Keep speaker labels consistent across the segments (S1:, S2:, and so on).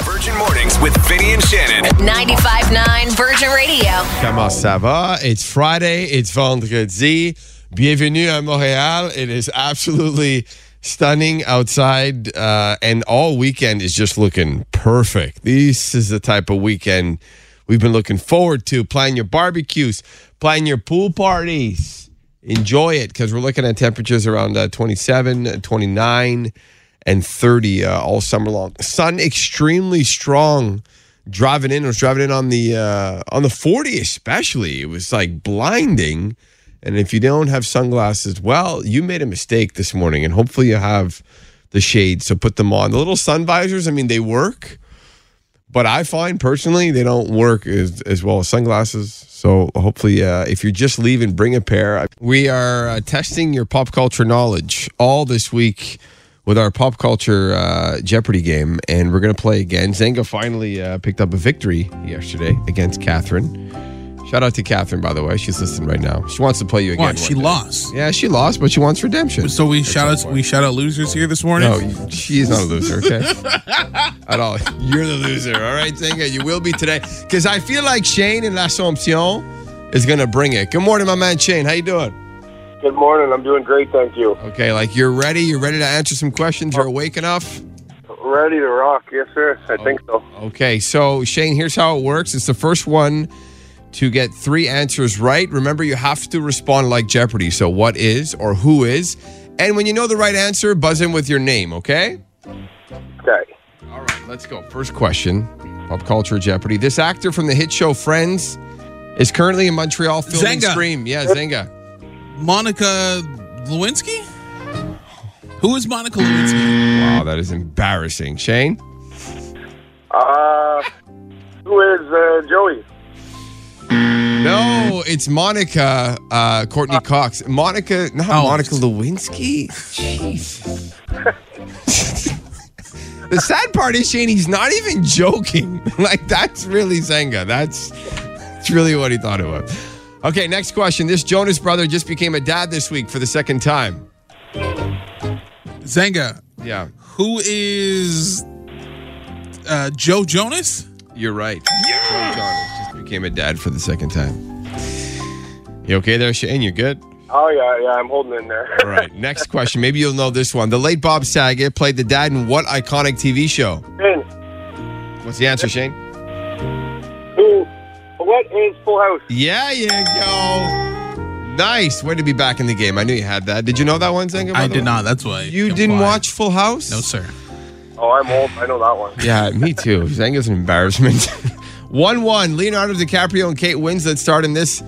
S1: Virgin Mornings with Vinny and Shannon.
S2: 95.9 Virgin Radio.
S3: Comment ça va? It's Friday, it's vendredi. Bienvenue à Montréal. It is absolutely stunning outside, uh, and all weekend is just looking perfect. This is the type of weekend we've been looking forward to. Plan your barbecues, plan your pool parties. Enjoy it because we're looking at temperatures around uh, 27, 29, and 30 uh, all summer long. Sun extremely strong driving in. I was driving in on the uh, on the forty, especially. It was like blinding. And if you don't have sunglasses, well, you made a mistake this morning. And hopefully, you have the shades, so put them on. The little sun visors. I mean, they work, but I find personally they don't work as as well as sunglasses. So hopefully, uh, if you're just leaving, bring a pair. We are uh, testing your pop culture knowledge all this week with our pop culture uh, Jeopardy game, and we're going to play again. Zenga finally uh, picked up a victory yesterday against Catherine. Shout out to Catherine, by the way. She's listening right now. She wants to play you again.
S4: What? She
S3: one day.
S4: lost.
S3: Yeah, she lost, but she wants redemption.
S4: So we shout out we shout out losers here this morning.
S3: No, you- she's not a loser, okay? At all. You're the loser, all right, Zenga? You will be today. Because I feel like Shane in L'Assomption is going to bring it. Good morning, my man Shane. How you doing?
S5: Good morning. I'm doing great, thank you.
S3: Okay, like you're ready. You're ready to answer some questions. You're awake enough.
S5: Ready to rock, yes, sir. I think so.
S3: Okay, so Shane, here's how it works. It's the first one to get three answers right. Remember, you have to respond like Jeopardy. So, what is or who is? And when you know the right answer, buzz in with your name, okay?
S5: Okay.
S3: All right, let's go. First question Pop culture Jeopardy. This actor from the hit show Friends is currently in Montreal filming
S4: Zenga.
S3: Scream. Yeah, Zenga.
S4: Monica Lewinsky? Who is Monica Lewinsky?
S3: Wow, that is embarrassing. Shane?
S5: Uh, who is uh, Joey?
S3: No, it's Monica uh, Courtney Cox. Monica, not
S4: Oh.
S3: Monica Lewinsky. Jeez. the sad part is, Shane, he's not even joking. Like, that's really Zenga. That's, that's really what he thought it was. Okay, next question. This Jonas brother just became a dad this week for the second time.
S4: Zenga.
S3: Yeah,
S4: Who is uh, Joe Jonas?
S3: you're right. Joe Jonas just became a dad for the second time. You okay there, Shane? You good?
S5: Oh, yeah, yeah, I'm holding in there.
S3: All right, next question. Maybe you'll know this one. The late Bob Saget played the dad in what iconic TV show?
S5: Shane,
S3: What's the answer, Shane?
S5: who, what is Full House?
S3: Yeah, you go. Nice. Way to be back in the game. I knew you had that. Did you know that one, Zenga? by
S4: I
S3: the
S4: did
S3: way?
S4: not. That's why.
S3: You
S4: I'm
S3: didn't
S4: blind.
S3: watch Full House?
S4: No, sir.
S5: Oh, I'm old. I know that one.
S3: Yeah, me too. Zenga's an embarrassment. 1 1. Leonardo DiCaprio and Kate Winslet starred in this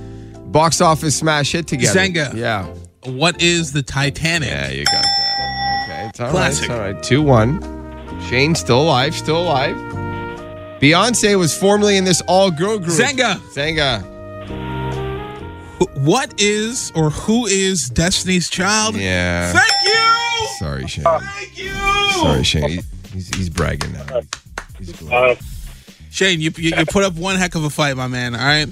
S3: box office smash hit together.
S4: Zenga.
S3: Yeah.
S4: What is the Titanic?
S3: Yeah, you got that. Okay, it's all right.
S4: Classic.
S3: It's all right. Two one. Shane's still alive. Still alive. Beyonce was formerly in this all-girl group.
S4: Zenga.
S3: Zenga.
S4: Wh- What is or who is Destiny's Child?
S3: Yeah.
S4: Thank you.
S3: Sorry, Shane.
S4: Thank you.
S3: Sorry, Shane. He- He's, he's bragging now. He's he's going.
S5: Uh,
S4: Shane, you, you you put up one heck of a fight, my man. All right.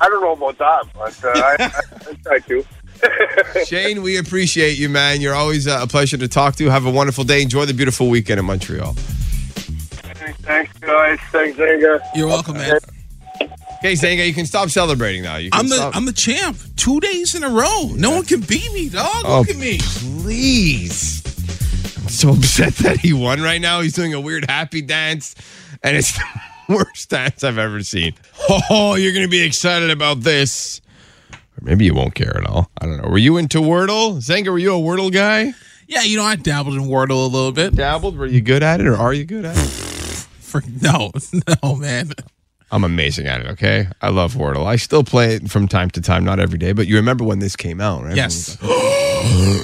S5: I don't know about that, but uh, I, I, I try to.
S3: Shane, we appreciate you, man. You're always uh, a pleasure to talk to. Have a wonderful day. Enjoy the beautiful weekend in Montreal.
S5: Thanks, guys. Thanks, Zenga.
S4: You're welcome, man.
S3: Okay, Zenga, you can stop celebrating now. You can
S4: I'm the
S3: stop.
S4: I'm the champ. Two days in a row. No one can beat me, dog. Look
S3: Oh.
S4: at me.
S3: please. I'm so upset that he won right now. He's doing a weird happy dance, and it's the worst dance I've ever seen. Oh, you're going to be excited about this. Or maybe you won't care at all. I don't know. Were you into Wordle? Zanga, were you a Wordle guy?
S4: Yeah, you know I dabbled in Wordle a little bit.
S3: Dabbled. Were you good at it, or are you good at it?
S4: For, no, no, man.
S3: I'm amazing at it, okay? I love Wordle. I still play it from time to time, not every day, but you remember when this came out, right?
S4: Yes.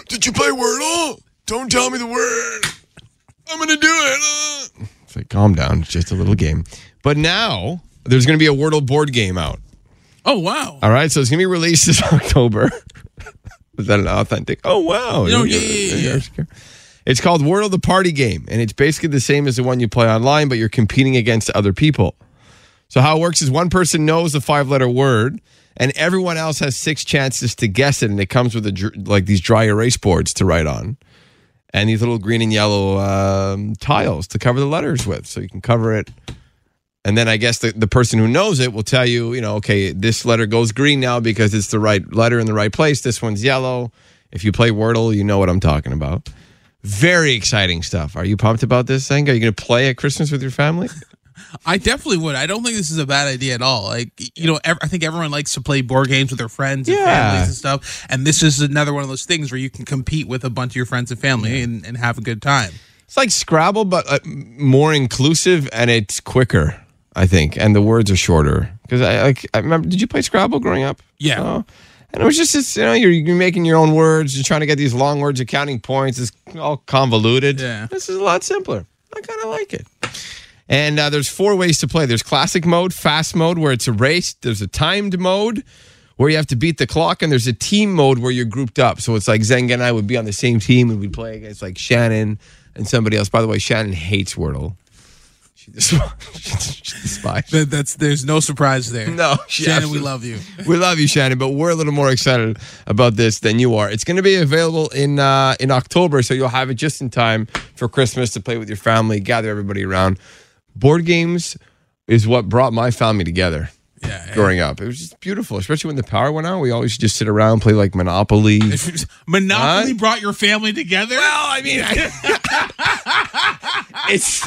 S3: Did you play Wordle? Don't tell me the word. I'm gonna do it. Uh. It's like, calm down. It's just a little game. But now there's gonna be a Wordle board game out.
S4: Oh wow.
S3: All right, so it's gonna be released this October. Is that an authentic? Oh wow!
S4: No, yeah, yeah, yeah,
S3: It's called Wordle the Party Game, and it's basically the same as the one you play online, but you're competing against other people. So how it works is one person knows the five-letter word, and everyone else has six chances to guess it, and it comes with a dr- like these dry erase boards to write on. and these little green and yellow um, tiles to cover the letters with. So you can cover it. And then I guess the, the person who knows it will tell you, you know, okay, this letter goes green now because it's the right letter in the right place. This one's yellow. If you play Wordle, you know what I'm talking about. Very exciting stuff. Are you pumped about this thing? Are you going to play at Christmas with your family?
S4: I definitely would. I don't think this is a bad idea at all. Like you know, ev- I think everyone likes to play board games with their friends and
S3: Yeah.
S4: families and stuff. And this is another one of those things where you can compete with a bunch of your friends and family and, and have a good time.
S3: It's like Scrabble, but uh, more inclusive and it's quicker, I think, and the words are shorter. Because I like, I remember, did you play Scrabble growing up?
S4: Yeah.
S3: No? and it was just, this, you know, you're, you're making your own words, you're trying to get these long words, you're counting points, it's all convoluted.
S4: Yeah.
S3: This is a lot simpler. I kind of like it. And uh, there's four ways to play. There's classic mode, fast mode, where it's a race. There's a timed mode, where you have to beat the clock, and there's a team mode where you're grouped up. So it's like Zenga and I would be on the same team, and we'd play against like Shannon and somebody else. By the way, Shannon hates Wordle. She, dis- she despises.
S4: That, that's there's no surprise there.
S3: No, she
S4: Shannon, we
S3: absolutely-
S4: love you.
S3: We love you, Shannon, but we're a little more excited about this than you are. It's going to be available in uh, in October, so you'll have it just in time for Christmas to play with your family, gather everybody around. Board games is what brought my family together
S4: Yeah.
S3: growing up. It was just beautiful, especially when the power went out. We always just sit around, play like Monopoly.
S4: Monopoly
S3: Huh?
S4: brought your family together.
S3: Well, I mean, it's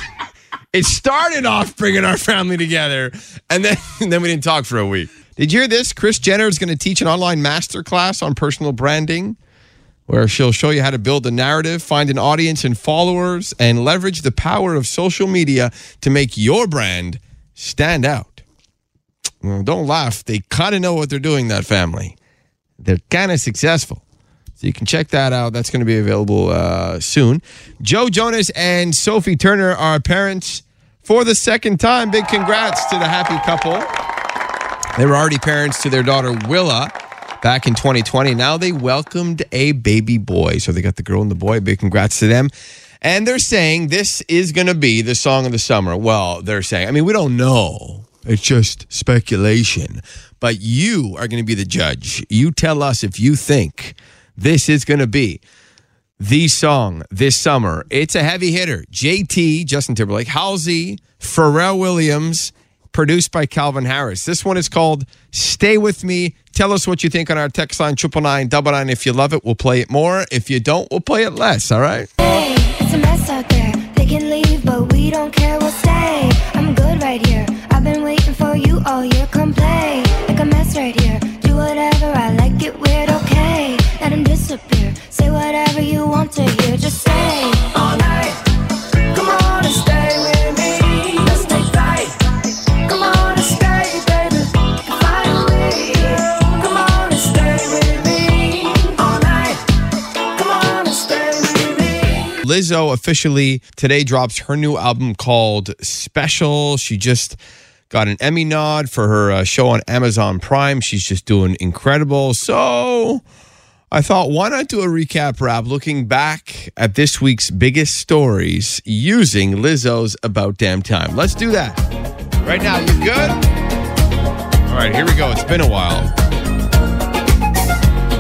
S3: it started off bringing our family together, and then and then we didn't talk for a week. Did you hear this? Chris Jenner is going to teach an online master class on personal branding, where she'll show you how to build a narrative, find an audience and followers, and leverage the power of social media to make your brand stand out. Well, don't laugh. They kind of know what they're doing. That family, they're kind of successful. So you can check that out. That's going to be available uh, soon. Joe Jonas and Sophie Turner are parents for the second time. Big congrats to the happy couple. They were already parents to their daughter Willa back in 2020. Now they welcomed a baby boy. So they got the girl and the boy. Big congrats to them. And they're saying this is going to be the song of the summer. Well, they're saying, I mean, we don't know. It's just speculation. But you are going to be the judge. You tell us if you think this is going to be the song this summer. It's a heavy hitter. JT, Justin Timberlake, Halsey, Pharrell Williams, produced by Calvin Harris. This one is called Stay With Me. Tell us what you think on our text line, triple nine, double nine. If you love it, we'll play it more. If you don't, we'll play it less. All right?
S6: Hey, it's a mess out there. They can leave, but we don't care. We'll stay. I'm good right here. I've been waiting for you all year. Come play like a mess right here. Do whatever I like. Get weird, okay? Let 'em disappear. Say whatever you want to hear. Just stay all night. Come on and stay with me. Let's take flight. Come on and stay, baby. Finally. Come on and stay with me all night. Come on and stay with me.
S3: Lizzo officially today drops her new album called Special. She just got an Emmy nod for her uh, show on Amazon Prime. She's just doing incredible. So I thought, why not do a recap wrap looking back at this week's biggest stories using Lizzo's About Damn Time? Let's do that right now. You good? All right, here we go. It's been a while.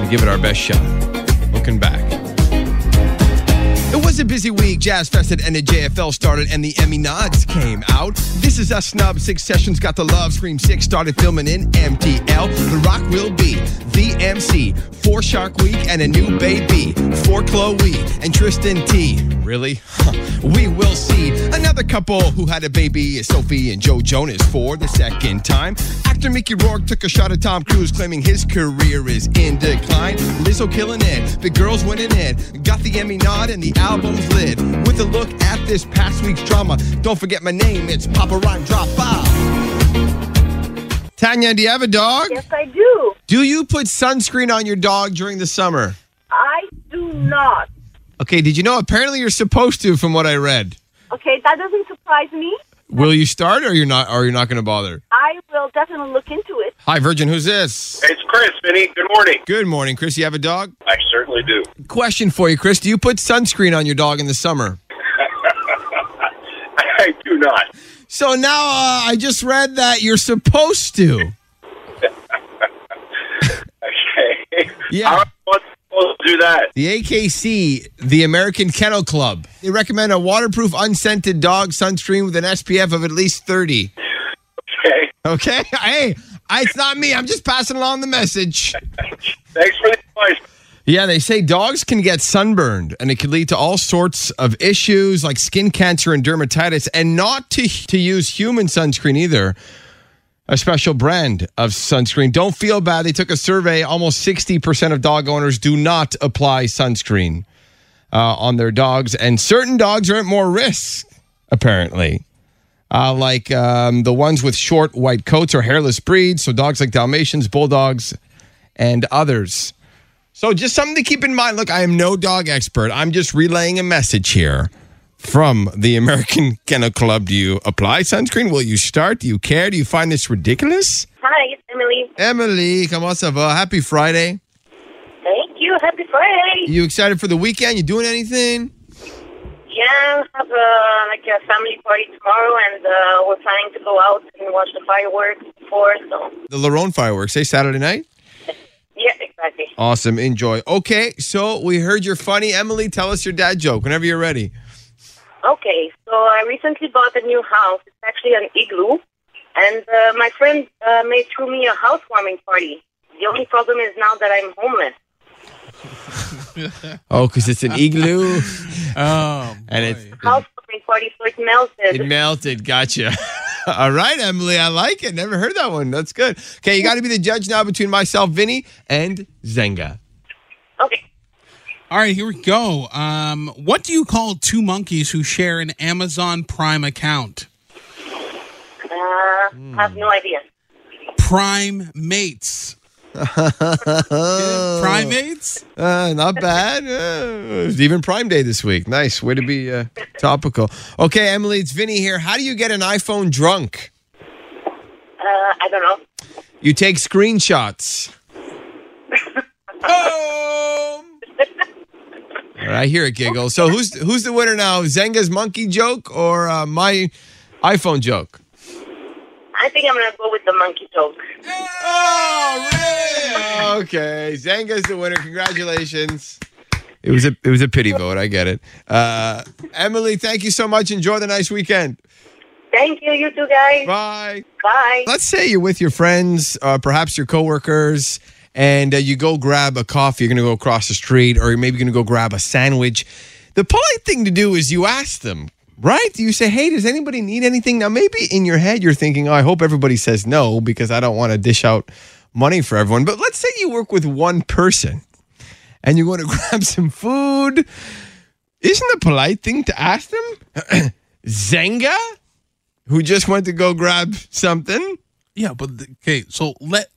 S3: We give it our best shot. Looking back. It was a busy week. Jazz Fested and the JFL started, and the Emmy nods came out. This is us snub. Six sessions got the love. Scream Six started filming in MTL. The Rock will be the MC for Shark Week and a new baby for Chloe and Tristan T. Really? Huh. We will see another couple who had a baby, Sophie and Joe Jonas, for the second time. Actor Mickey Rourke took a shot at Tom Cruise, claiming his career is in decline. Lizzo killing it, the girls winning it, got the Emmy nod and the album's lid. With a look at this past week's drama, don't forget my name, it's Papa Rhyme Drop By. Tanya, do you have a dog?
S7: Yes, I do.
S3: Do you put sunscreen on your dog during the summer?
S7: I do not.
S3: Okay, did you know apparently you're supposed to from what I read?
S7: Okay, that doesn't surprise me.
S3: Will you start or you're not or you're not gonna bother?
S7: I will definitely look into it.
S3: Hi Virgin, who's this?
S5: It's Chris, Vinny. Good morning.
S3: Good morning, Chris. You have a dog?
S5: I certainly do.
S3: Question for you, Chris. Do you put sunscreen on your dog in the summer?
S5: I do not.
S3: So now uh, I just read that you're supposed to.
S5: Okay.
S3: Yeah.
S5: I'm responsible supposed to do that?
S3: The AKC, the American Kennel Club, they recommend a waterproof, unscented dog sunscreen with an SPF of at least 30.
S5: Okay.
S3: Okay? Hey, I, it's not me. I'm just passing along the message.
S5: Thanks for the advice.
S3: Yeah, they say dogs can get sunburned and it can lead to all sorts of issues like skin cancer and dermatitis, and not to, to use human sunscreen either. A special brand of sunscreen. Don't feel bad. They took a survey. Almost 60% of dog owners do not apply sunscreen uh, on their dogs, and certain dogs are at more risk, apparently. Uh, like um, the ones with short white coats or hairless breeds. So, dogs like Dalmatians, Bulldogs, and others. So just something to keep in mind. Look, I am no dog expert. I'm just relaying a message here from the American Kennel Club. Do you apply sunscreen? Will you start? Do you care? Do you find this ridiculous?
S7: Hi, it's Emily.
S3: Emily, comment ça va? Happy Friday.
S7: Thank you. Happy Friday.
S3: You excited for the weekend? You doing anything?
S7: Yeah, have uh, like a family party tomorrow, and uh, we're planning to go out and watch the fireworks before. So
S3: The Larone fireworks, eh? Saturday night?
S7: yeah, exactly.
S3: Awesome. Enjoy. Okay, so we heard you're funny. Emily, tell us your dad joke whenever you're ready.
S7: Okay, so I recently bought a new house. It's actually an igloo, and uh, my friend uh, made threw me a housewarming party. The only problem is now that I'm homeless.
S3: Mm-hmm. Oh, because it's an igloo
S4: Oh,
S3: and it's
S7: Housewarming party, so it melted.
S3: It melted. Gotcha. All right, Emily. I like it. Never heard that one. That's good. Okay, you got to be the judge now between myself, Vinny, and Zenga.
S7: okay,
S4: all right. Here we go. Um, what do you call two monkeys who share an Amazon Prime account?
S7: uh, have
S3: Hmm.
S7: no idea.
S4: Prime mates. Primates?
S3: Uh, not bad. Uh, it was even Prime Day this week. Nice way to be uh, topical. Okay, Emily, it's Vinny here. How do you get an iPhone drunk?
S7: Uh, I don't know.
S3: You take screenshots. Boom! All right, I hear it giggle. So who's who's the winner now? Zenga's monkey joke or uh, my iPhone joke?
S7: I think I'm gonna go with the monkey joke.
S3: Oh, really? Okay, Zanga's the winner. Congratulations. It was a it was a pity vote. I get it. Uh, Emily, thank you so much. Enjoy the nice weekend.
S7: Thank you, you two guys.
S3: Bye.
S7: Bye.
S3: Let's say you're with your friends, uh, perhaps your coworkers, and uh, you go grab a coffee. You're going to go across the street, or you're maybe going to go grab a sandwich. The polite thing to do is you ask them, right? You say, "Hey, does anybody need anything?" Now, maybe in your head you're thinking, "Oh, I hope everybody says no because I don't want to dish out money for everyone." But let's say you work with one person, and you want to grab some food. Isn't the polite thing to ask them, Zenga, who just went to go grab something?
S4: Yeah, but the, okay. So let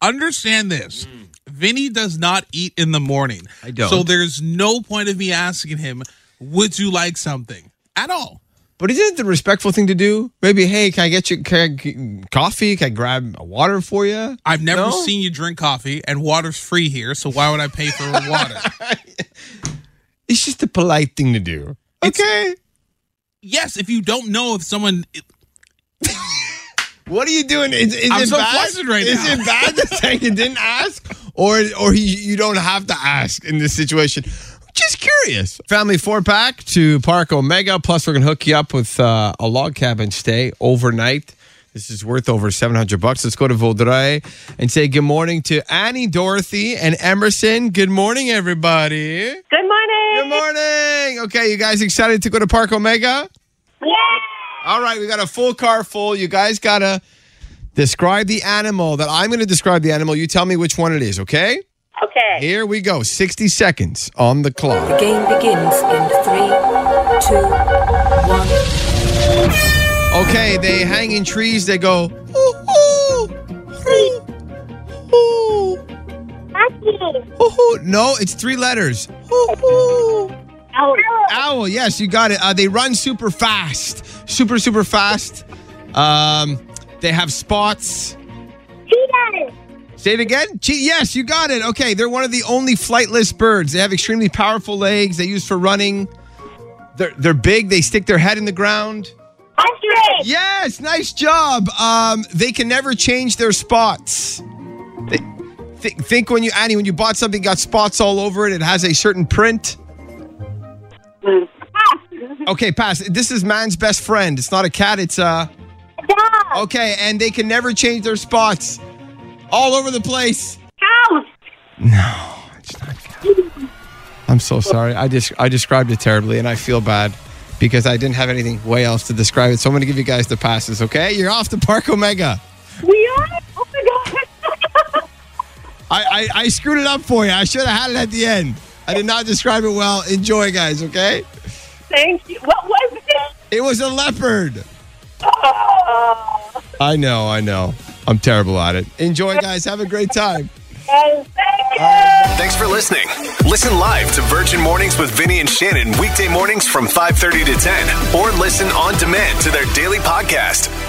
S4: understand this. Vinny does not eat in the morning.
S3: Mm. I don't.
S4: So there's no point of me asking him, "Would you like something?" at all.
S3: But isn't it the respectful thing to do? Maybe, hey, can I get you can I g- coffee? Can I grab a water for you?
S4: I've never
S3: No?
S4: seen you drink coffee, and water's free here. So why would I pay for water?
S3: It's just a polite thing to do.
S4: It's-
S3: Okay.
S4: yes, if you don't know if someone,
S3: What are you doing? Is, is
S4: I'm
S3: it
S4: so
S3: bad?
S4: flustered right
S3: is
S4: now.
S3: it bad that Tankin didn't ask, or or he, you don't have to ask in this situation? Just curious. Family four pack to Park Omega. Plus, we're gonna hook you up with uh, a log cabin stay overnight. This is worth over seven hundred bucks. Let's go to Vaudreuil and say good morning to Annie, Dorothy, and Emerson. Good morning, everybody.
S7: Good morning.
S3: Good morning. Okay, you guys excited to go to Park Omega? All right, we got a full car full. You guys gotta describe the animal that I'm gonna describe the animal. You tell me which one it is, okay?
S7: Okay.
S3: Here we go. 60 seconds on the clock.
S8: Game begins in three, two, one.
S3: Okay, they hang in trees, they go. "Ooh, ooh, ooh, ooh, ooh." No, it's three letters. Ooh, ooh. Owl, yes, you got it. Uh, they run super fast, super super fast. Um, they have spots. Say it again. Che- yes, you got it. Okay, they're one of the only flightless birds. They have extremely powerful legs. They use for running. They're they're big. They stick their head in the ground. Yes, nice job. Um, they can never change their spots. They, Th- think when you, Annie, when you bought something, got spots all over it. It has a certain print. Okay, pass. This is man's best friend. It's not a cat. It's a.
S9: Dog.
S3: Okay, and they can never change their spots. All over the place.
S9: Cows.
S3: It's not- I'm so sorry. I just I described it terribly, and I feel bad because I didn't have anything way else to describe it. So I'm going to give you guys the passes. Okay, you're off to Park Omega.
S9: We are. Oh my god.
S3: I, I, I screwed it up for you. I should have had it at the end. I did not describe it well. Enjoy, guys, okay?
S9: Thank you. What was it?
S3: It was a leopard.
S9: Oh.
S3: I know, I know. I'm terrible at it. Enjoy, guys. Have a great time.
S9: And thank you.
S1: Thanks for listening. Listen live to Virgin Mornings with Vinny and Shannon weekday mornings from 5:30 to 10 or listen on demand to their daily podcast.